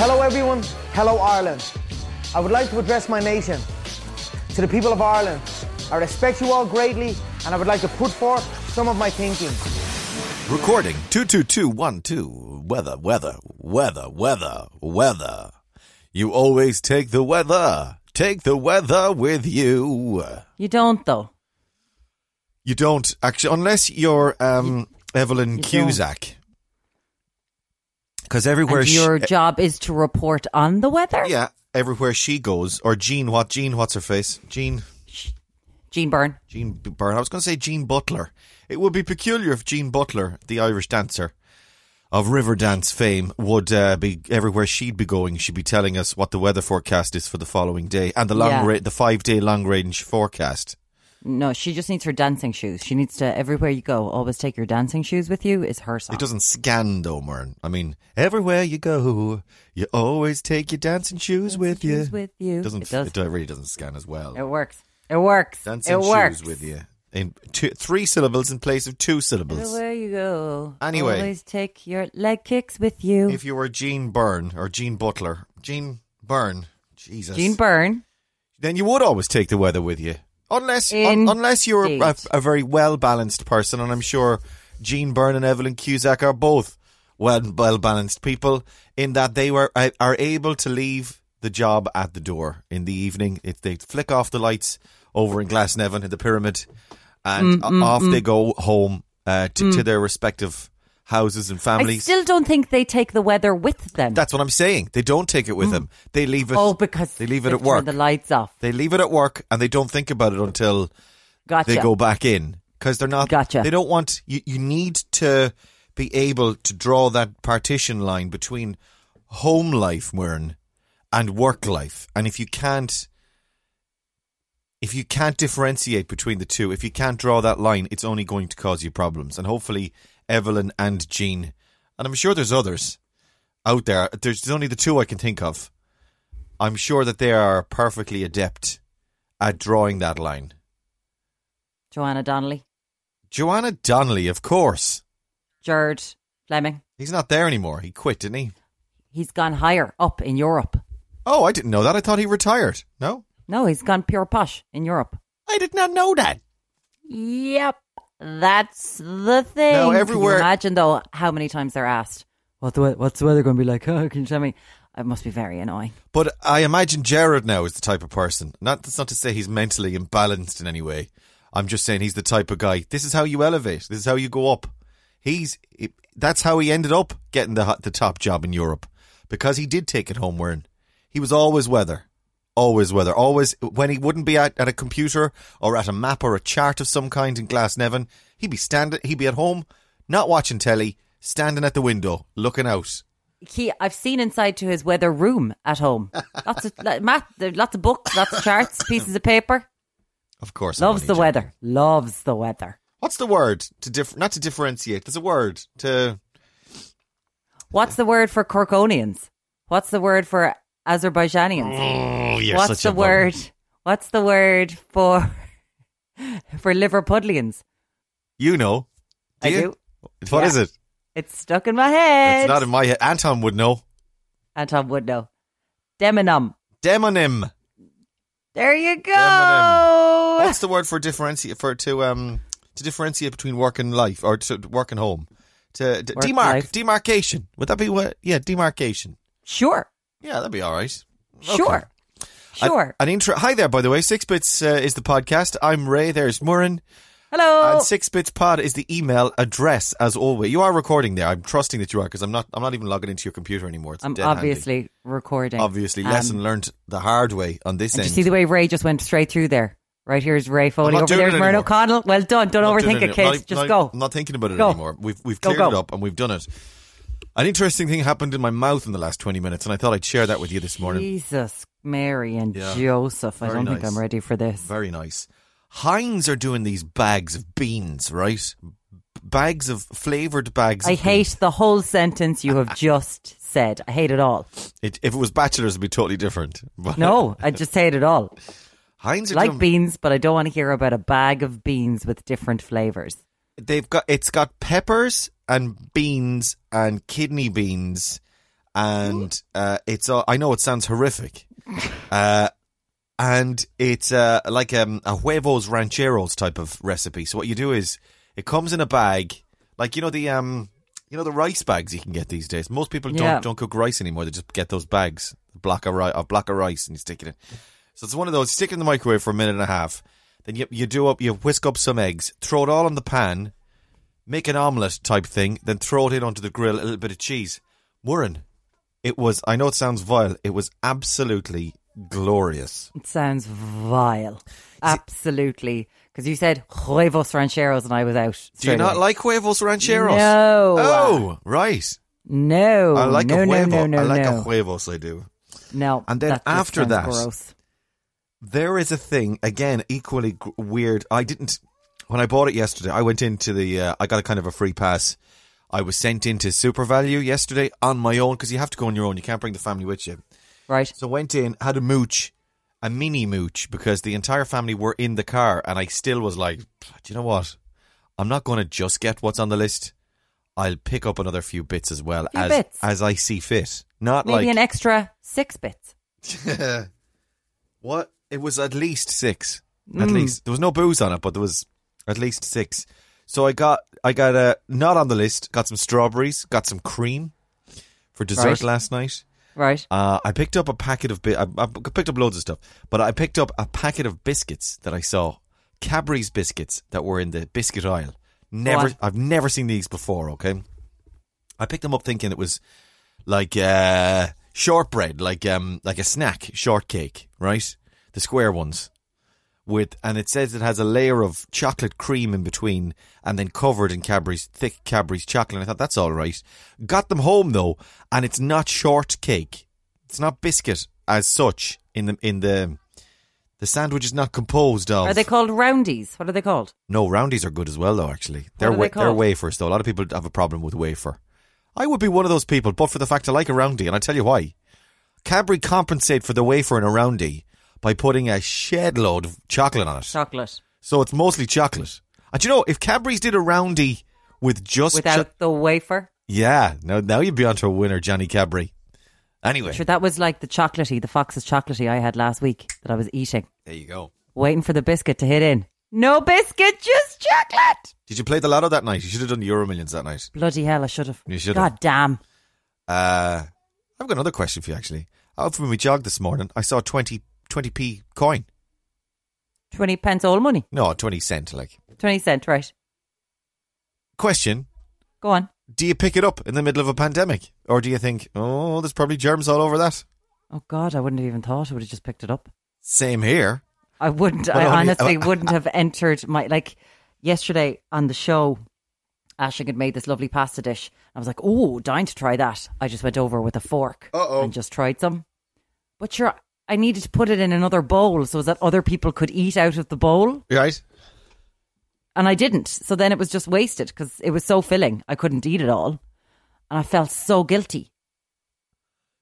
Hello, everyone. Hello, Ireland. I would like to address my nation. To the people of Ireland, I respect you all greatly, and I would like to put forth some of my thinking. Recording 22212. Weather, weather, weather, weather, weather. You always take the weather. Take the weather with you. You don't though. You don't actually, unless you're um, Evelyn you Cusack. Because everywhere and she, your job is to report on the weather. yeah, everywhere she goes, or Jean, what Jean? What's her face? Jean, Gene Byrne. Jean B- Byrne. I was going to say Jean Butler. It would be peculiar if Jean Butler, the Irish dancer of river dance fame, would uh, be everywhere she'd be going. She'd be telling us what the weather forecast is for the following day and the long Yeah. ra- the five day long range forecast. No, she just needs her dancing shoes. She needs to everywhere you go, always take your dancing shoes with you. Is her song? It doesn't scan though, Mern. I mean, everywhere you go, you always take your dancing shoes with you. Shoes with you. It doesn't. It does. It really doesn't scan as well. It works. It works. dancing it works. shoes with you in two, three syllables in place of two syllables. Everywhere you go. Anyway. always take your leg kicks with you. If you were Jean Byrne or Jean Butler, Jean Byrne, Jesus, Gene Byrne. then you would always take the weather with you, unless un- Indeed. unless you're a, a very well balanced person, and I'm sure Jean Byrne and Evelyn Cusack are both well well balanced people in that they were are- are able to leave the job at the door in the evening if they flick off the lights over in Glasnevin in the pyramid, and Mm, o- off they go home uh, to, to their respective houses and I families. still don't think they take the weather with them. That's what I'm saying. They don't take it with them. They leave it. oh, because they leave it at turn work. The lights off. They leave it at work and they don't think about it until Gotcha. they go back in because they're not. Gotcha. They don't want you. You need to be able to draw that partition line between home life, Myrn, and work life. And if you can't, if you can't differentiate between the two, if you can't draw that line, it's only going to cause you problems. And hopefully, Evelyn and Jean, and I'm sure there's others out there. There's only the two I can think of. I'm sure that they are perfectly adept at drawing that line. Joanna Donnelly, Joanna Donnelly, of course. Jared Fleming. He's not there anymore. He quit, didn't he? He's gone higher up in Europe. Oh, I didn't know that. I thought he retired. No? No, he's gone pure posh in Europe. I did not know that. Yep, that's the thing. Now, Can you everywhere- imagine though how many times they're asked, "What the we- what's the weather going to be like?" Oh, can you tell me? It must be very annoying. But I imagine Jared now is the type of person. Not that's not to say he's mentally imbalanced in any way. I'm just saying he's the type of guy. This is how you elevate. This is how you go up. He's it, that's how he ended up getting the ho- the top job in Europe because he did take it home. Wearing he was always weather, always weather, always when he wouldn't be at, at a computer or at a map or a chart of some kind in Glasnevin, he'd be standing. He'd be at home, not watching telly, standing at the window looking out. He, I've seen inside to his weather room at home. Lots of like, Matt, there- lots of books, lots of charts, pieces of paper. Of course, I'm Loves only the joking. weather. Loves the weather. What's the word to dif- not to differentiate? There's a word to What's the word for Corkonians? What's the word for Azerbaijanians? oh, What's the word? What's the word for for Liverpudlians? You know, I you? do. What Yeah. is it? It's stuck in my head. Uh, It's not in my head. Anton would know. Anton would know. Demonum. Demonym. There you go. Demonym. What's the word for differentiate for to um to differentiate between work and life or to work and home? To, to Work demarc life. demarcation. Would that be what? Yeah, demarcation. Sure. Yeah, that'd be all right. Okay. Sure. An- Sure. An, intro. Hi there, by the way. Six Bits uh, is the podcast. I'm Ray. There's Murren. Hello. And six bits pod is the email address as always. You are recording there. I'm trusting that you are because I'm not. I'm not even logging into your computer anymore. It's I'm dead handy. obviously recording. obviously Um, lesson learned the hard way on this And end. you see the way Ray just went straight through there. Right here's Ray I'm Foley. not Over doing there's it Myrne anymore. O'Connell. Well done. Don't I'm not doing overthink it it, anymore. kids. I'm not- Just go. I'm not thinking about it Go. anymore. We've we've Go, cleared go. it up and we've done it. An interesting thing happened in my mouth in the last twenty minutes, and I thought I'd share that with you this morning. Jesus, Mary, and Yeah. Joseph. I Very don't think nice. I'm ready for this. Very nice. Heinz are doing these bags of beans, right? Bags of flavored bags. I of beans. hate the whole sentence you have just said. I hate it all. it. If it was bachelors, it'd be totally different. But No, I just hate it all. Heinz are like doing beans, but I don't want to hear about a bag of beans with different flavors. they've got it's got peppers and beans and kidney beans and uh, it's uh, I know it sounds horrific, uh, and it's uh, like um, a huevos rancheros type of recipe. So what you do is it comes in a bag, like you know the um, you know the rice bags you can get these days. Most people don't Yeah. don't cook rice anymore; they just get those bags, a block of rice, a block of rice, and you stick it in. So it's one of those. Stick it in the microwave for a minute and a half. Then you you do up you whisk up some eggs, throw it all in the pan, make an omelette type thing, then throw it in onto the grill, a little bit of cheese. Murren, it was. I know it sounds vile. It was absolutely glorious. It sounds vile. Absolutely. Because you said huevos rancheros and I was out. Do you straight not away. like huevos rancheros? No. Oh, right. No. I like no, a no, huevo. no, no, I like no. a huevos. I do. No. And then that just after sounds that- Gross. There is a thing again, equally g- weird. I didn't when I bought it yesterday. I went into the. Uh, I got a kind of a free pass. I was sent into Super Value yesterday on my own because you have to go on your own. You can't bring the family with you. Right. So went in, had a mooch, a mini mooch, because the entire family were in the car, and I still was like, "Do you know what? I'm not going to just get what's on the list. I'll pick up another few bits as well Few as bits. as I see fit. Not like Maybe an extra six bits. what it was at least six. Mm. At least there was no booze on it, but there was at least six. So I got I got a not on the list. Got some strawberries. Got some cream for dessert Right. last night. Right. Uh, I picked up a packet of bi- I, I picked up loads of stuff, but I picked up a packet of biscuits that I saw Cadbury's biscuits that were in the biscuit aisle. Never, What? I've never seen these before. Okay, I picked them up thinking it was like uh, shortbread, like um, like a snack shortcake, right? The square ones with, and it says it has a layer of chocolate cream in between, and then covered in Cadbury's thick Cadbury's chocolate. And I thought that's all right. Got them home though, and it's not shortcake. It's not biscuit as such. In the in the the sandwich is not composed of. Are they called roundies? What are they called? No, roundies are good as well, though. Actually, they're are they wa- they're called? wafers though. A lot of people have a problem with wafer. I would be one of those people, but for the fact I like a roundie, and I tell you why. Cadbury compensate for the wafer in a roundie by putting a shed load of chocolate on it, Chocolate. so it's mostly chocolate. And you know, if Cadbury's did a roundie with just cho- Without the wafer. yeah, now now you'd be onto a winner, Johnny Cadbury. Anyway, Sure, that was like the chocolatey, the Fox's chocolatey I had last week that I was eating, there you go. waiting for the biscuit to hit in. No biscuit, just chocolate. Did you play the lotto that night? You should have done the Euro Millions that night. Bloody hell, I should have. You should have. God damn. Uh, I've got another question for you, actually. Out from my jog this morning, I saw 20, 20p coin. 20 pence all money. No, 20 cent, like. 20 cent, right. Question Go on. Do you pick it up in the middle of a pandemic? Or do you think, oh, there's probably germs all over that? Oh God, I wouldn't have even thought. I would have just picked it up. Same here. I wouldn't. Well, I I mean, honestly I- wouldn't have entered my like yesterday on the show. Ashing had made this lovely pasta dish. I was like, "Oh, dying to try that." I just went over with a fork Uh-oh. and just tried some. But sure, I needed to put it in another bowl so that other people could eat out of the bowl, Right? and I didn't. So then it was just wasted because it was so filling. I couldn't eat it all, and I felt so guilty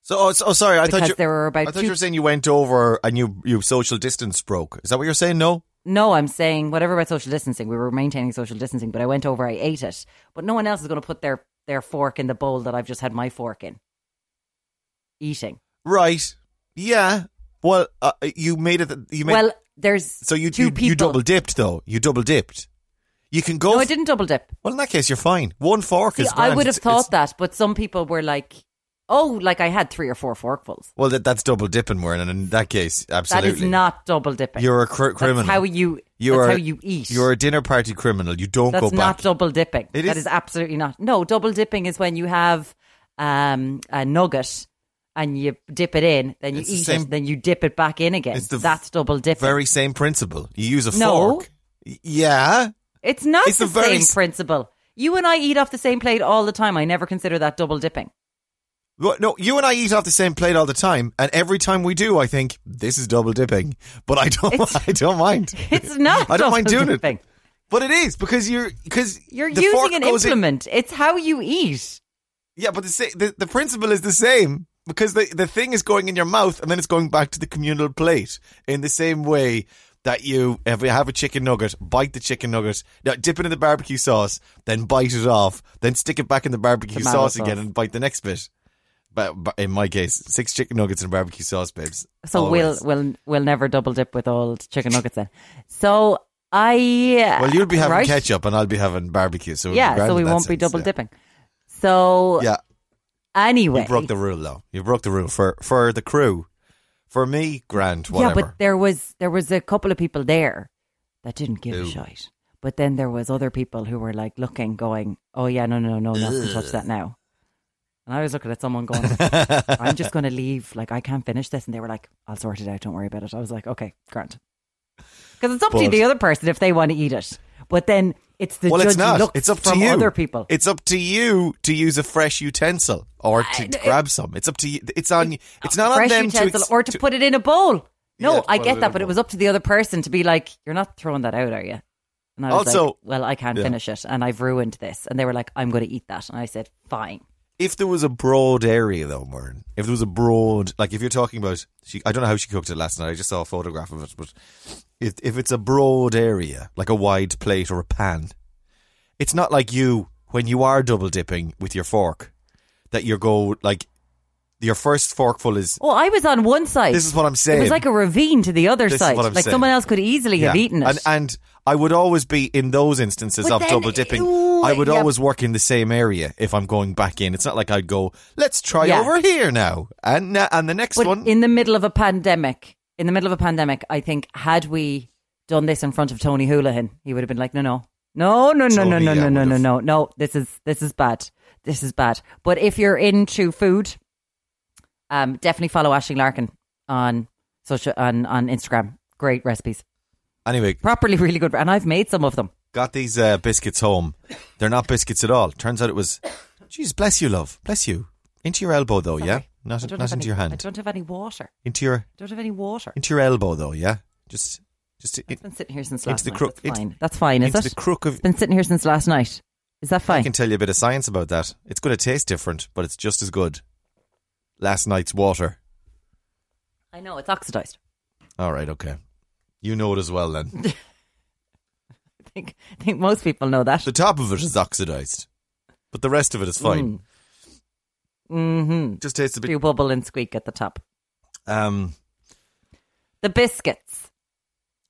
So, oh, so, oh, sorry. I thought, because you, there were I about thought two you were saying you went over and you, you social distance broke. Is that what you're saying? No? No, I'm saying whatever about social distancing. We were maintaining social distancing, but I went over, I ate it. But no one else is going to put their, their fork in the bowl that I've just had my fork in. Eating. Right. Yeah. Well, uh, you made it. You made, well, there's so you, two you, people. you double dipped, though. You double dipped. You can go. No, f- I didn't double dip. Well, in that case, you're fine. One fork See, is. I grand. would have It's- thought it's- that, but some people were like, "Oh, like I had three or four forkfuls." Well, that, that's double dipping, Warren, and in that case, absolutely. That is not double dipping. You're a cr- criminal. That's how you. You that's are- how you eat. You're a dinner party criminal. You don't That's go not back. double dipping. It That is- is absolutely not. No, double dipping is when you have um, a nugget and you dip it in, then you It's the eat same- it, then you dip it back in again. It's the That's double dipping. Very same principle. You use a No. fork. Y- Yeah. it's not it's the, the very same s- principle. You and I eat off the same plate all the time. I never consider that double dipping. Well, No, you and I eat off the same plate all the time, and every time we do, I think this is double dipping. But I don't. It's- I don't mind. It's not. I don't mind double doing it. dipping. But it is because you're because You're the fork using an goes in- implement. It's how you eat. Yeah, but the, sa- the the principle is the same because the the thing is going in your mouth and then it's going back to the communal plate in the same way that you if you have a chicken nugget, bite the chicken nugget, now dip it in the barbecue sauce, then bite it off, then stick it back in the barbecue Tomato sauce, sauce. again and bite the next bit. but, but in my case, six chicken nuggets and barbecue sauce, babes. So Always. we'll we'll we'll never double dip with old chicken nuggets then. So I Well, you'll be having right? ketchup and I'll be having barbecue. So it'll yeah, grand in so we that won't be sense, double yeah. dipping. So Yeah, anyway, you broke the rule though. You broke the rule for for the crew. For me, grand yeah, whatever. but there was there was a couple of people there that didn't give Who? a shit. But then there was other people who were like looking, going, "Oh yeah, no, no, no, no, not touch that now." And I was looking at someone going, "I'm just going to leave. Like I can't finish this." And they were like, "I'll sort it out. Don't worry about it." I was like, "Okay, grand," because it's up to But- the other person if they want to eat it. But then it's the well, judge it's not. look It's up from to you. other people. It's up to you to use a fresh utensil or to I- grab some. It's up to you. It's on. It's not on fresh them utensil to, ex- or to, put it in a bowl. No, Yeah, to I put it get in a that, but it bowl. was up to the other person to be like, "You're not throwing that out, are you?" And I was like, Also- "Well, I can't Yeah. finish it, and I've ruined this." And they were like, "I'm going to eat that," and I said, "Fine." If there was a broad area, though, Mern, if there was a broad, like if you're talking about, she, I don't know how she cooked it last night. I just saw a photograph of it, but if if it's a broad area, like a wide plate or a pan, it's not like you when you are double dipping with your fork that you go like your first forkful is. Oh, I was on one side. This is what I'm it saying. was like a ravine to the other This is side. what I'm Like saying. someone else could easily have Yeah. eaten it. And, and I would always be in those instances But of then- double dipping. ooh, I would yeah. always work in the same area if I'm going back in. It's not like I'd go, let's try Yeah. over here now, and na- and the next but one. in the middle of a pandemic, in the middle of a pandemic, I think had we done this in front of Tony Houlihan, he would have been like, "No, no, no, no, no, no, Tony, no, no, yeah, no, would no, have. no, no. This is this is bad. This is bad." But if you're into food, um, definitely follow Ashley Larkin on social on on Instagram. Great recipes, anyway, properly really good, and I've made some of them. got these uh, biscuits home. They're not biscuits at all. Turns out it was. Jeez, bless you, love. Bless you. Into your elbow though, Oh, yeah. I Not don't not have into any- your I hand. don't have any water. Into your I don't have any water. into your elbow though, yeah. Just just it, It's been sitting here since Into last the night. crook- That's it's- fine. That's fine. Is into it? the crook of. It's been sitting here since last night. Is that I fine? can tell you a bit of science about that. It's going to taste different, but it's just as good. Last night's water. I know it's oxidized. All right, okay. You know it as well then. I think I think most people know that. The top of it is oxidized, but the rest of Mm. it is fine. Mm-hmm. Just tastes a bit. Do bubble and squeak at the top. Um, The biscuits,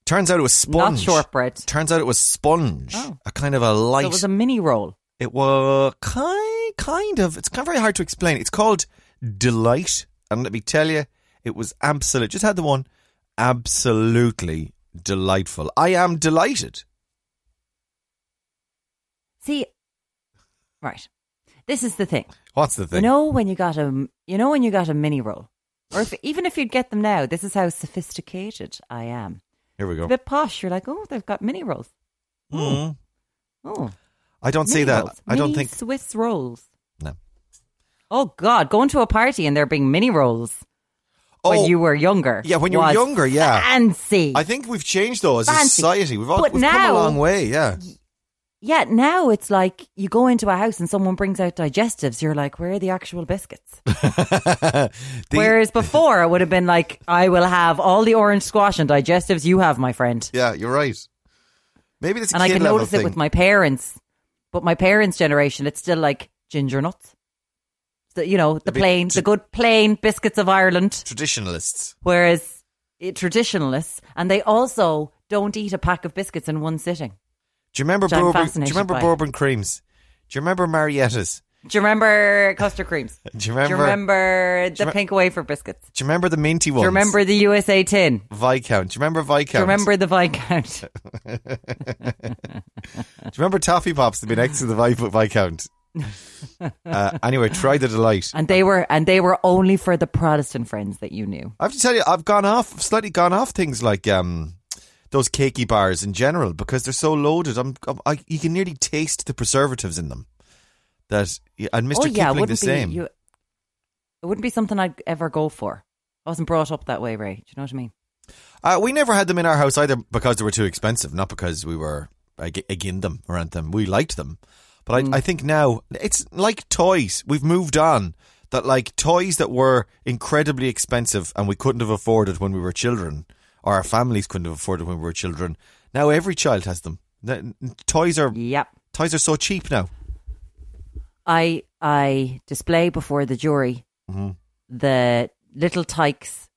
turns out it was sponge. not shortbread. Turns out it was sponge. Oh. A kind of a light. So it was a mini roll. It was kind, kind of. It's kind of very hard to explain. It's called delight, and let me tell you, it was absolute. Just had the one, absolutely delightful. I am delighted. See, right. This is the thing. What's the You thing? know when you got a you know when you got a mini roll, or if, even if you'd get them now, this is how sophisticated I am. Here we It's go. a bit posh. You're like, oh, they've got mini rolls. Mm. Oh, I don't see mini that. rolls. I don't Mini think. Swiss rolls. No. Oh God, going to a party and there being mini rolls when Oh, you were younger. yeah, when you were was younger, yeah. Fancy. I think we've changed though as a Fancy. society. We've all But we've come now- a long way. Yeah, yeah, now it's like you go into a house and someone brings out digestives. You're like, where are the actual biscuits? The- Whereas before, it would have been like, I will have all the orange squash and digestives you have, my friend. yeah, you're right. Maybe it's a and I kid can level notice thing. it with my parents, but my parents' generation, it's still like ginger nuts. The, you know, the bit- plain, the good plain biscuits of Ireland. traditionalists. Whereas eh, traditionalists, and they also don't eat a pack of biscuits in one sitting. Do you remember Which I'm bourbon? Do you fascinated remember by. bourbon creams? Do you remember Marietta's? Do you remember custard creams? Do you remember? Do you remember do the you remem- pink wafer biscuits? do you remember the minty ones? Do you remember the USA tin? Viscount? Do you remember Viscount? Do you remember the Viscount? Do you remember Toffee Pops that be next to the Vi- Viscount? uh, anyway, try the delight. And they were and they were only for the Protestant friends that you knew. I have to tell you, I've gone off, slightly gone off things like um, those cakey bars in general because they're so loaded. I'm, I'm, I, you can nearly taste the preservatives in them. That and Mr. oh yeah, it Kipling wouldn't the same. be you, it wouldn't be something I'd ever go for. I wasn't brought up that way, Ray. Do you know what I mean? Uh, we never had them in our house either because they were too expensive, not because we were ag- against them or anything. them. We liked them, but I, Mm. I think now it's like toys. We've moved on. That like toys that were incredibly expensive and we couldn't have afforded when we were children, or our families couldn't have afforded when we were children. Now every child has them. The- toys are Yep. toys are so cheap now. I I display before the jury Mm-hmm. the little tyke's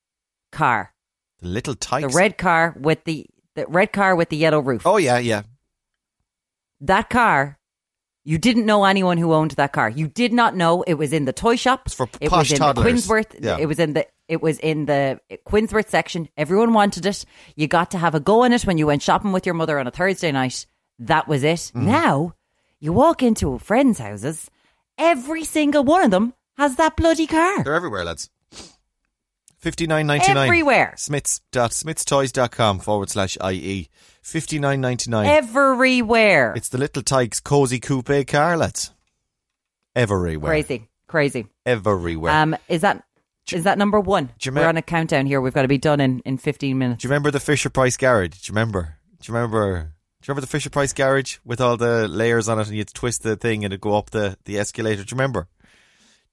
car, The little the tykes. red car with the the red car with the yellow roof. Oh yeah, yeah. That car. You didn't know anyone who owned that car. You did not know it was in the toy shop. It's for it posh was in the toddlers. Quinsworth. Yeah. It was in the it was in the Quinsworth section. Everyone wanted it. You got to have a go in it when you went shopping with your mother on a Thursday night. That was it. Mm-hmm. Now you walk into friends' houses. Every single one of them has that bloody car. They're everywhere, lads. Fifty nine ninety nine. Everywhere. Smiths dot smithstoys.com forward slash IE. Fifty nine ninety nine. Everywhere. It's the little tyke's cozy coupe car, lads. Everywhere. crazy, crazy. Everywhere. Um, is that is that number one? do you We're me- on a countdown here. We've got to be done in in fifteen minutes. Do you remember the Fisher Price garage? Do you remember? Do you remember? Do you remember the Fisher Price garage with all the layers on it, and you'd twist the thing and it'd go up the, the escalator? Do you remember?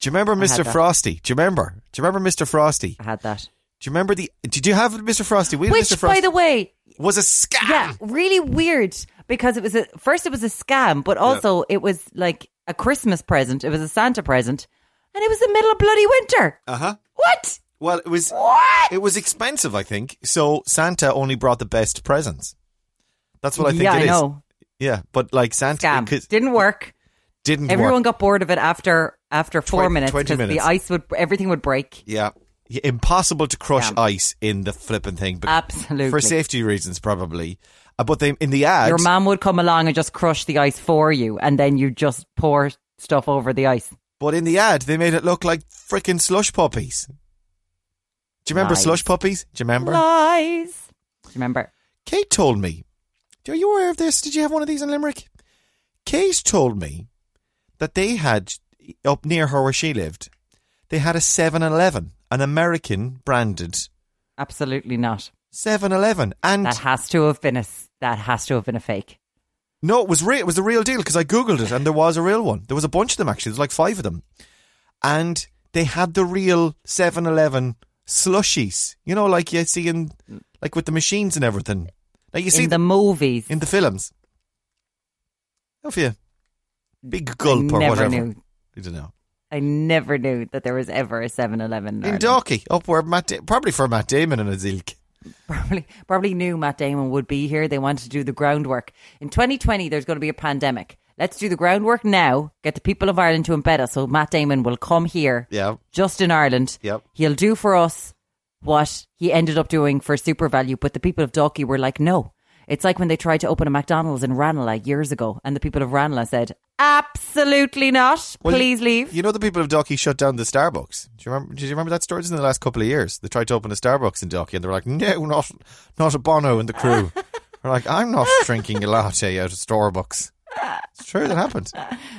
Do you remember I had Mr. that. Frosty? Do you remember? Do you remember Mr. Frosty? I had that. Do you remember the? Did you have Mr. Frosty? We had Which, Mr. Frosty by the way, was a scam. yeah, really weird because it was a first it was a scam, but also it was like a Christmas present. It was a Santa present, and it was the middle of bloody winter. Uh huh. What? Well, it was What? it was expensive, I think. So Santa only brought the best presents. That's what I think yeah, it I is. know. Yeah, but like Santa Scam because- didn't work. didn't Everyone work. got bored of it after after four Twen- minutes 20 because the minutes. ice would everything would break. Yeah. Yeah, Impossible to crush Scam. ice in the flipping thing, but Absolutely. for safety reasons, probably. Uh, but they in the ads, Your mom would come along and just crush the ice for you, and then you just pour stuff over the ice. but in the ad, they made it look like freaking slush puppies. Do you remember Lies. slush puppies? Do you remember? Lies. Do you remember? Kate told me. Are you aware of this? Did you have one of these in Limerick? Kate told me that they had up near her where she lived. They had a 7-Eleven, an American branded Absolutely not. 7-Eleven, and That has to have been a s- that has to have been a fake. No, it was real. It was the real deal because I googled it and there was a real one. There was a bunch of them actually. There's like five of them, and they had the real 7-Eleven slushies. You know, like you see in like with the machines and everything. Like you see in the movies, in the films. How for you? Big I gulp or never whatever. knew. I don't know. I never knew that there was ever a 7-Eleven. In Dorky, up where Matt, da- probably for Matt Damon and his ilk. probably probably knew Matt Damon would be here. They wanted to do the groundwork. In 2020, there's going to be a pandemic. Let's do the groundwork now. Get the people of Ireland to embed us. So Matt Damon will come here, Yeah, just in Ireland. Yep. He'll do for us what he ended up doing for Super Value. But the people of Dalkey were like, no. It's like when they tried to open a McDonald's in Ranelagh years ago, and the people of Ranelagh said, absolutely not. Well, Please leave. you know the people of Dorky shut down the Starbucks. Do you remember? Do you remember that story? It's in the last couple of years, they tried to open a Starbucks in Dorky, and they were like, "No, not not a Bono and the crew." We're like, "I'm not drinking a latte out of Starbucks." It's true that happened.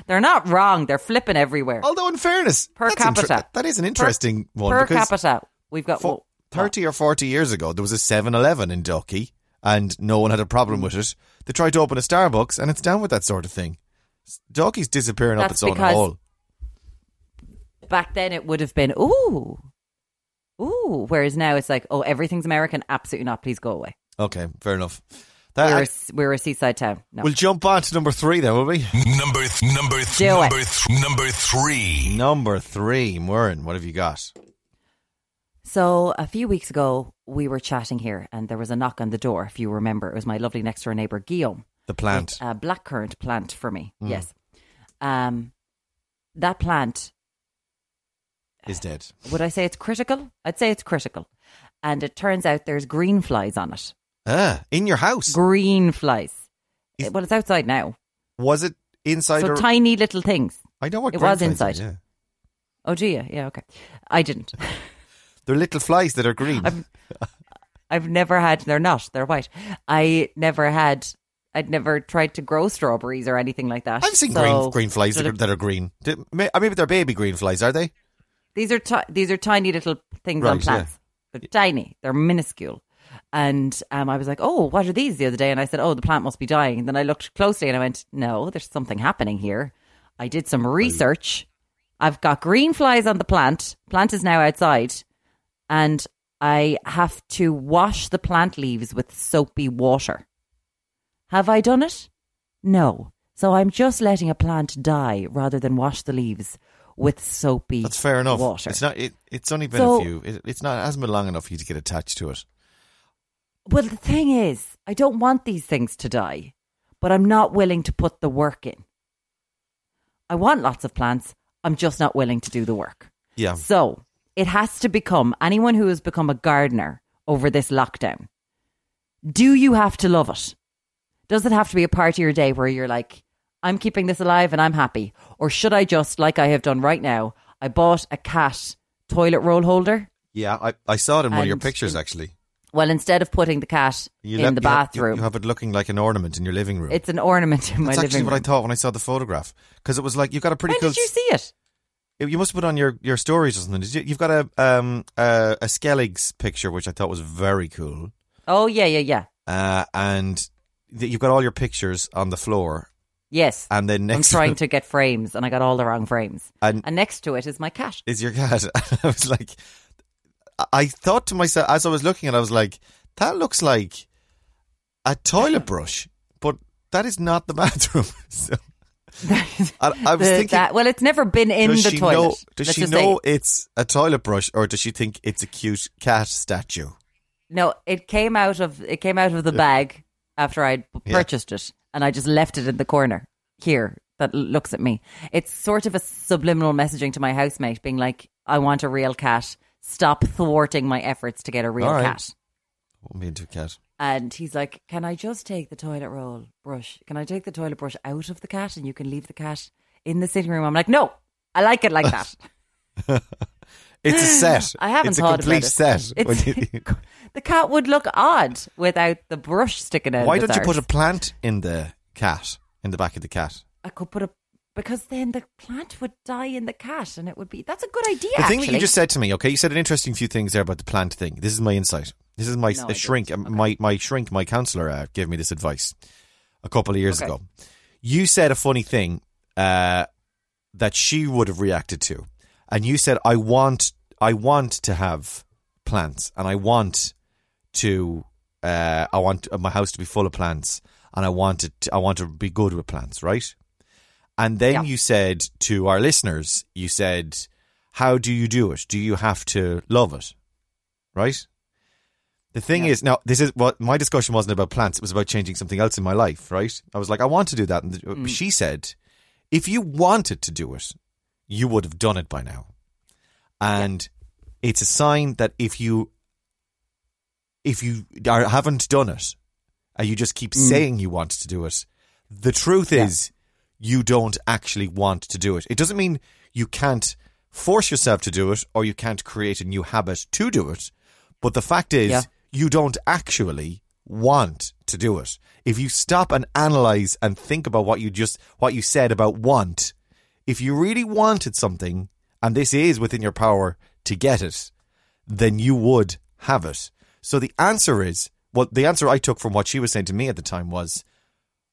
They're not wrong. They're flipping everywhere. Although, in fairness, Per Oh, that's inter- capita. that is an interesting one per because capita, we've got fo- 30 or 40 years ago, there was a 7-Eleven in Ducky and no one had a Hmm. problem with it. They tried to open a Starbucks and it's down with that sort of thing. S- Ducky's disappearing up That's its own because- hole. back then it would have been ooh, ooh. Whereas now it's like, oh, everything's American. Absolutely not. Please go away. Okay, fair enough. We're a, That, s- we're a seaside town. No. Uh, we'll jump on to number three then, will we? Number th- number th- Do it. number th- number three. number three, Murren, what have you got? so a few weeks ago, we were chatting here, and there was a knock on the door. If you remember, it was my lovely next door neighbor Guillaume, The plant. Mm. a blackcurrant plant for me. Yes, um, that plant is dead. would I say it's critical? I'd say it's critical. And it turns out there's green flies on it. Ah, in your house. Green flies. Is- well, it's outside now. Was it inside So or... tiny little things. I know what it was green flies are, inside. yeah. Oh, gee, yeah, yeah, okay. I didn't. They're little flies that are green. I've never had. They're not. They're white. I never had. I'd never tried to grow strawberries or anything like that. I've seen So green green flies that are, that are green. Did- may- Maybe they're baby green flies, are they? These are ti these are tiny little things on Right, yeah. plants. They're tiny. They're minuscule. And um, I was like, "Oh, what are these?" The other day, and I said, "Oh, the plant must be dying." And then I looked closely, and I went, "No, there's something happening here." I did some research. I've got green flies on the plant. Plant is now outside, and I have to wash the plant leaves with soapy water. Have I done it? No. So I'm just letting a plant die rather than wash the leaves with soapy That's fair enough. water. It's not. It, it's only been So- a few. It, it's not it hasn't been long enough for you to get attached to it. Well, the thing is, I don't want these things to die, but I'm not willing to put the work in. I want lots of plants. I'm just not willing to do the work. Yeah. So it has to become anyone who has become a gardener over this lockdown. Do you have to love it? Does it have to be a part of your day where you're like, I'm keeping this alive and I'm happy? Or should I just, like I have done right now, I bought a cat toilet roll holder? Yeah. I, I saw it in one of your And- pictures actually. Well, instead of putting the cat let- in the you have- you- bathroom, you have it looking like an ornament in your living room. It's an ornament in my That's actually living what I room. thought when I saw the photograph because it was like you've got a pretty when cool. did you see it? You you must have put on your, your stories or something. Did you? You've got a um uh, a Skellig's picture which I thought was very cool, Oh yeah, yeah, yeah. uh, and th- you've got all your pictures on the floor, Yes. and then I'm next trying to get frames and I got all the wrong frames. And- and next to it is my cat. is your cat. I was like, I- I thought to myself as I was looking at, it, I was like, that looks like a toilet brush, but that is not the bathroom. so, I, I was The- thinking. that- well, it's never been in does the she toilet. know? Does Let's she just say. know it's a toilet brush, or does she think it's a cute cat statue? No, it came out of it came out of the bag after I'd p- Yeah. purchased it, and I just left it in the corner here that l- looks at me. It's sort of a subliminal messaging to my housemate, being like, "I want a real cat. Stop thwarting my efforts to get a real All right. cat." What mean to a cat? And he's like, Can I just take the toilet roll brush? Can I take the toilet brush out of the cat and you can leave the cat in the sitting room? I'm like, No, I like it like that. It's a set. I haven't it's thought a complete about it. set. It's- When you- the cat would look odd without the brush sticking out. of Why its don't you put a arse. plant in the cat in the back of the cat? I could put a. Because then the plant would die in the cat and it would be. That's a good idea. The thing that actually. you just said to me, okay, you said an interesting few things there about the plant thing. This is my insight. This is my No, a I didn't. shrink. um, My my shrink, my counselor, uh, gave me this advice a couple of years Okay. ago. You said a funny thing uh, that she would have reacted to, and you said, "I want, I want to have plants, and I want to, uh, I want my house to be full of plants, and I want it, I want to be good with plants, right?" And then Yeah. you said to our listeners, you said, How do you do it? Do you have to love it? Right? The thing Yeah. is, now, this is what my discussion wasn't about plants. It was about changing something else in my life, right? I was like, I want to do that. And the- she said, If you wanted to do it, you would have done it by now. And it's a sign that if you if you are, haven't done it and you just keep saying you want to do it, the truth is you don't actually want to do it. It doesn't mean you can't force yourself to do it or you can't create a new habit to do it. But the fact is, Yeah. you don't actually want to do it. If you stop and analyze and think about what you just what you said about want, if you really wanted something and this is within your power to get it, then you would have it. So the answer is well, the answer I took from what she was saying to me at the time was,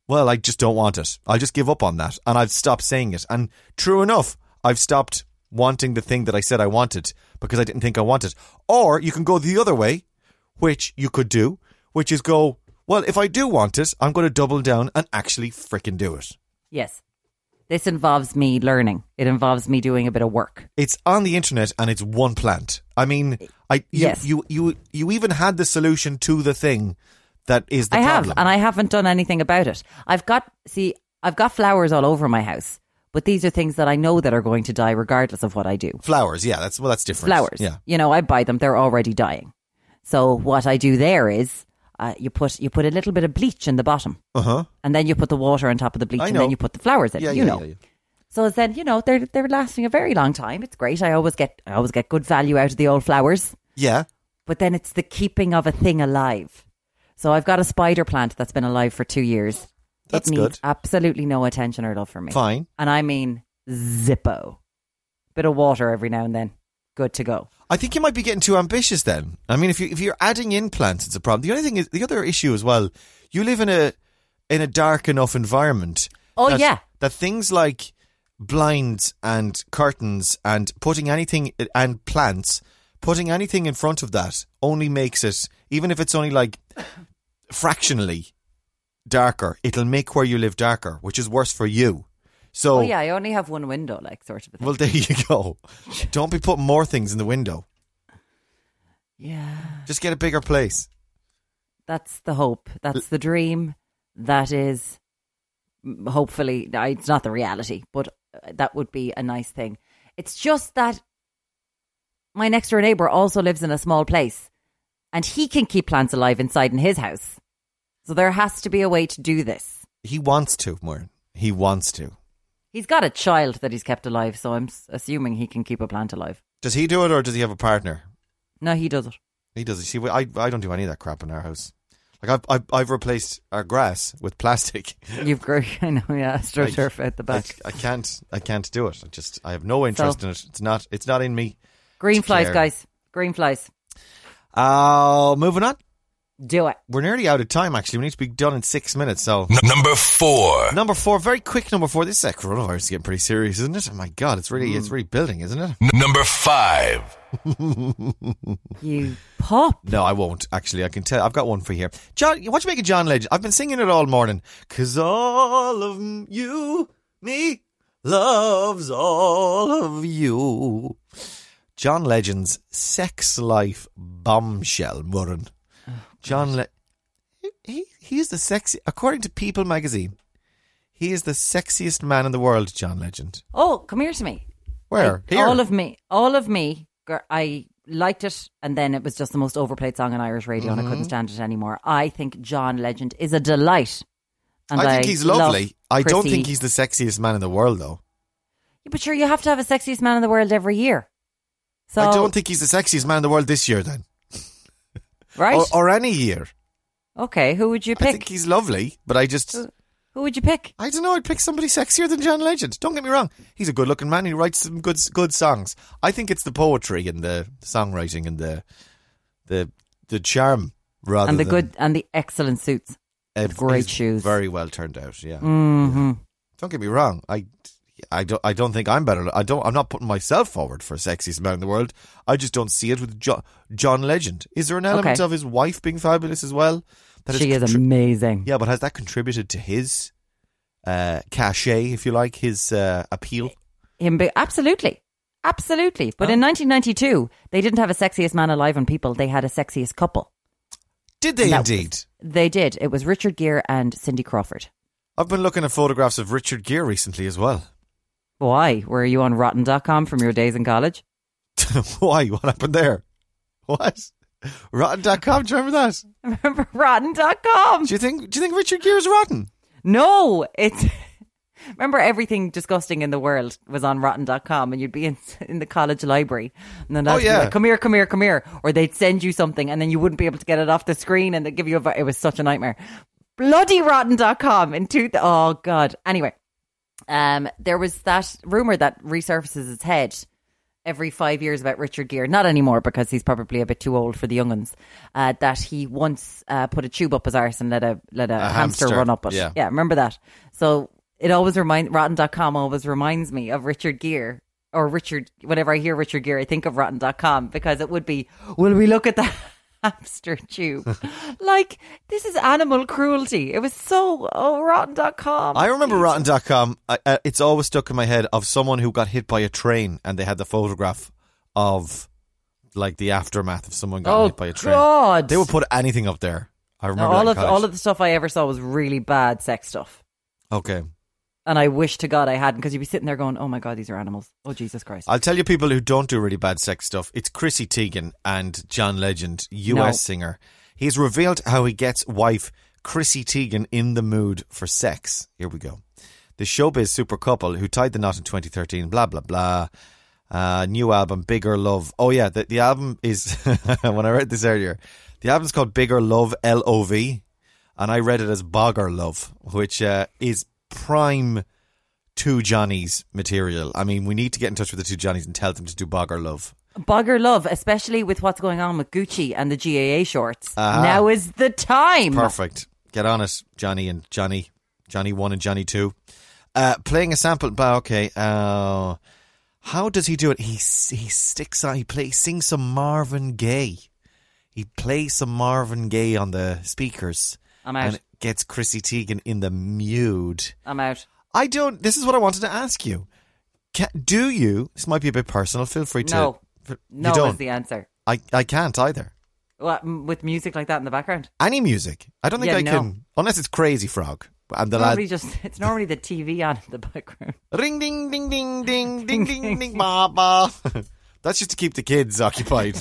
well, I just don't want it. I'll just give up on that. And I've stopped saying it. And true enough, I've stopped wanting the thing that I said I wanted because I didn't think I wanted. Or you can go the other way, which you could do, which is go, well, if I do want it, I'm going to double down and actually freaking do it. Yes. This involves me learning, it involves me doing a bit of work. It's on the internet and it's one plant. I mean, I you Yes. you, you you even had the solution to the thing that is the I problem. have, and I haven't done anything about it. I've got, see, I've got flowers all over my house, but these are things that I know that are going to die regardless of what I do. flowers, yeah, that's well that's different. Flowers, Yeah. You know, I buy them; they're already dying. So what I do there is, uh, you put you put a little bit of bleach in the bottom, Uh-huh. and then you put the water on top of the bleach, I and know. then you put the flowers in. Yeah, you yeah, know. yeah, yeah. So then you know they're they're lasting a very long time. It's great. I always get I always get good value out of the old flowers Yeah. but then it's the keeping of a thing alive. So I've got a spider plant that's been alive for two years. That's it good. needs absolutely no attention or love from me. Fine. And I mean zippo. Bit of water every now and then. Good to go. I think you might be getting too ambitious then. I mean, if you if you're adding in plants, it's a problem. The only thing is the other issue as well. You live in a in a dark enough environment. Oh, that- yeah. that things like blinds and curtains and putting anything eh, and plants, putting anything in front of that only makes it even if it's only like fractionally darker. It'll make where you live darker, which is worse for you. So Oh yeah, I only have one window, like sort of a thing. Well, there you go. Don't be putting more things in the window. yeah, Just get a bigger place. that's the hope. That's the dream. That is mm, hopefully I- it's not the reality, but uh, that would be a nice thing. It's just that my next door neighbor also lives in a small place, and he can keep plants alive inside in his house. So there has to be a way to do this. He wants to, Moran. He wants to. He's got a child that he's kept alive, so I'm s- assuming he can keep a plant alive. Does he do it or does he have a partner? No, he does it. He does. it. See, I I don't do any of that crap in our house. Like I've I've, I've replaced our grass with plastic. You've grown, I know, yeah, astroturf out the I, back. I can't I can't do it. I just I have no interest So- in it. It's not it's not in me. Green flies, Claire. guys. Green flies. Uh moving on. Do it. We're nearly out of time. Actually, we need to be done in six minutes. So N- number four. number four, very quick. Number four. This uh, coronavirus is getting pretty serious, isn't it? Oh my god, it's really Mm. it's really building, isn't it? N- number five. You pop. No, I won't. Actually, I can tell. I've got one for you here. John, what do you make of John Legend? I've been singing it all morning. Cause all of m- you, me, loves all of you. John Legend's sex life bombshell, Murren. Oh, John Le- he, he is the sexy, according to People magazine, he is the sexiest man in the world, John Legend. Oh, come here to me. Where? I- here. All of me. All of me. gr- I liked it, and then it was just the most overplayed song on Irish radio, and I couldn't Mm-hmm. stand it anymore. I think John Legend is a delight. And I think he's love lovely. I don't Chrissy. think he's the sexiest man in the world, though. Yeah, But sure, you have to have a sexiest man in the world every year. So I don't think he's the sexiest man in the world this year, then. right. Or, or any year. okay, who would you I think pick? Uh. he's lovely, but I just. Who would you pick? I don't know. I'd pick somebody sexier than John Legend. Don't get me wrong. He's a good-looking man. He writes some good, good songs. I think it's the poetry and the songwriting and the, the, the charm rather And the than- good and the excellent suits. Uh, great he's shoes. Very well turned out. Yeah. Mm-hmm. Don't get me wrong. I, I don't. I don't think I'm better. I don't. I'm not putting myself forward for sexiest man in the world. I just don't see it with jo- John Legend. Is there an element Okay. of his wife being fabulous as well? That has She is contri- amazing. Yeah, but has that contributed to his uh, cachet, if you like, his uh, appeal? Him be- absolutely. Absolutely. But in 1992, they didn't have a sexiest man alive on people. They had a sexiest couple. Did they No. indeed? They did. It was Richard Gere and Cindy Crawford. I've been looking at photographs of Richard Gere recently as well. Why? Were you on rotten.com from your days in college? Why? What happened there? What? Rotten.com, do you remember that? Remember rotten.com? Do you think do you think Richard Gere is rotten? No, it's. Remember everything disgusting in the world was on rotten.com and you'd be in, in the college library and then Oh, I'd be yeah. like, come here, come here, come here. Or they'd send you something and then you wouldn't be able to get it off the screen and they'd give you a, vi- it was such a nightmare. Bloody rotten.com in two, th- oh God. Anyway, um, there was that rumor that resurfaces its head every five years about Richard Gere. Not anymore because he's probably a bit too old for the younguns. Uh, that he once uh, put a tube up his arse and let a let a, hamster, hamster, run up it. yeah. remember that. So it always remind Rotten.com always reminds me of Richard Gere. Or Richard, whenever I hear Richard Gere, I think of Rotten.com because it would be, will we look at the hamster tube? like, this is animal cruelty. It was so, oh, Rotten.com. I remember Rotten.com. I, uh, it's always stuck in my head of someone who got hit by a train and they had the photograph of like the aftermath of someone got Oh, hit by a train. God. They would put anything up there. I remember all that of in college. all of the stuff I ever saw was really bad sex stuff, Okay. and I wish to God I hadn't because you'd be sitting there going, "Oh my God, these are animals! Oh Jesus Christ!" I'll tell you people who don't do really bad sex stuff. It's Chrissy Teigen and John Legend, US No. singer. He's revealed how he gets wife Chrissy Teigen in the mood for sex. Here we go. The showbiz super couple who tied the knot in 2013, blah, blah, blah. Uh, new album, Bigger Love. Oh, yeah, the, the album is, when I read this earlier, the album's called Bigger Love, L O V, and I read it as Bogger Love, which uh, is prime two Johnnies material. I mean, we need to get in touch with the two Johnnies and tell them to do Bogger Love. Bugger love, especially with what's going on with Gucci and the GAA shorts. Ah. now is the time. Perfect. Get on it, Johnny and Johnny. Johnny 1 and Johnny 2. Uh, playing a sample. Bah, okay. Uh, how does he do it? He, s- he sticks on. He plays, sings some Marvin Gaye. He plays some Marvin Gaye on the speakers. I'm out. And it gets Chrissy Teigen in the mood. I'm out. I don't. This is what I wanted to ask you. Ca do you? This might be a bit personal. Feel free to. No. f- No you is don't. the answer. I I can't either. Well, m- with music like that in the background, Any music? I don't think Yeah, I no. can, unless it's Crazy Frog and the lad. normally just—it's normally the TV on in the background. Ring ding ding ding ding ding ding ding ba ba. That's just to keep the kids occupied.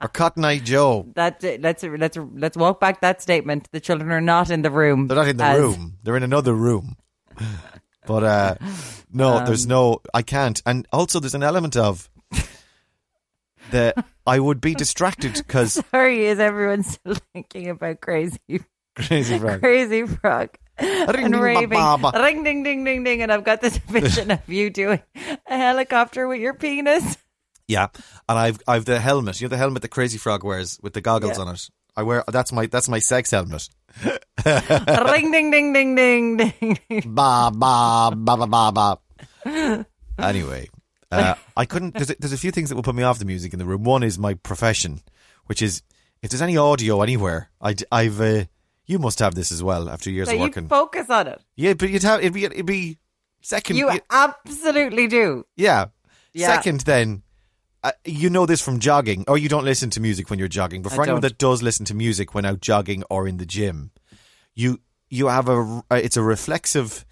or Cotton Eye Joe. That uh, let's let's let's walk back that statement. The children are not in the room. They're not in the as- room. They're in another room. But uh no, there's no I can't. And also there's an element of that I would be distracted because Sorry, is everyone still thinking about crazy, crazy frog. crazy frog? and ding, ba, raving, ba, ba. ring, ding, ding, ding, ding, and I've got this vision of you doing a helicopter with your penis. Yeah. And I've I've the helmet. You know the helmet the crazy frog wears with the goggles on it. I wear that's my that's my sex helmet. ring, ding, ding, ding, ding, ding. ding. ba ba ba ba ba ba. Anyway, uh, I couldn't. There's a, there's a few things that will put me off the music in the room. One is my profession, which is if there's any audio anywhere, I have uh, you must have this as well after years So of you working. focus on it. yeah, but you'd have it'd be it'd be second. You absolutely do. yeah. Yeah. Second, then. Uh, you know this from jogging, or you don't listen to music when you're jogging. But I for anyone don't. that does listen to music when out jogging or in the gym, you you have a uh, it's a reflexive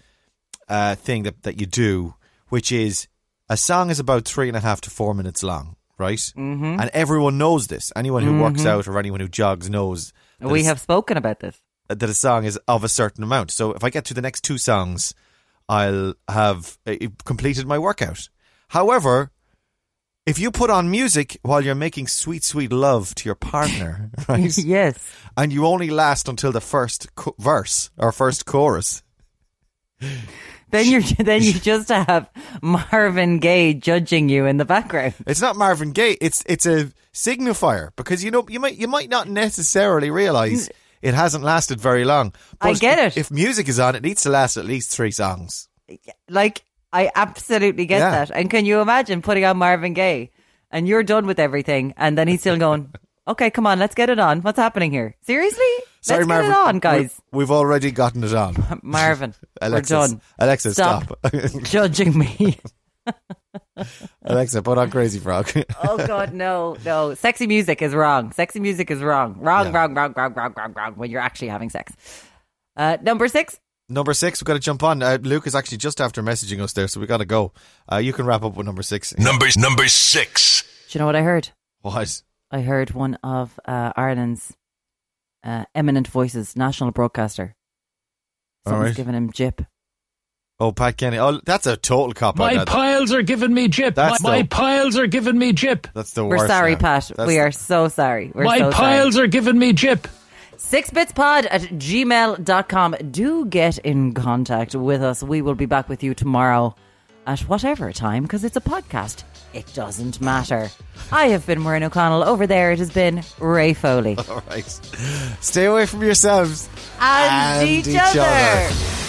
uh, thing that, that you do, which is a song is about three and a half to four minutes long, right? Mm-hmm. And everyone knows this. Anyone who works out or anyone who jogs knows that, Mm-hmm. We a, have spoken about this. that a song is of a certain amount. So if I get to the next two songs, I'll have uh, completed my workout. However, if you put on music while you're making sweet, sweet love to your partner, right? yes. and you only last until the first co- verse or first chorus. Then you then you just have Marvin Gaye judging you in the background. It's not Marvin Gaye. It's it's a signifier because you know you might you might not necessarily realize it hasn't lasted very long. I get it. If music is on, it needs to last at least three songs. Like I absolutely get Yeah. that. And can you imagine putting on Marvin Gaye and you're done with everything and then he's still going, "Okay, come on, let's get it on. What's happening here? Seriously? let's get it on, guys." We, we've already gotten it on. Marvin, Alexis, we're done. Alexa, Stop. stop. Judging me. Alexa, put on Crazy Frog. Oh God, no, no. Sexy music is wrong. Sexy music is wrong. Wrong, Yeah. wrong, wrong, wrong, wrong, wrong, wrong. When you're actually having sex. Uh, number six. number six, we've got to jump on. Uh, Luke is actually just after messaging us there, so we got to go. Uh, you can wrap up with number six. Number number six. Do you know what I heard? What? I heard one of uh, Ireland's uh, eminent voices, national broadcaster. All Someone's right. giving him jip. Oh, Pat Kenny. Oh, that's a total cop out. My now. piles are giving me jip. My, That's my the- piles are giving me jip. That's the worst. We're sorry, now. Pat. That's we the- are so sorry. We're My so piles sorry. are giving me jip. Sixbitspod at gmail.com. Do get in contact with us. We will be back with you tomorrow at whatever time because it's a podcast. It doesn't matter. I have been Maureen O'Connell. Over there, it has been Ray Foley. All right. Stay away from yourselves And, each, other.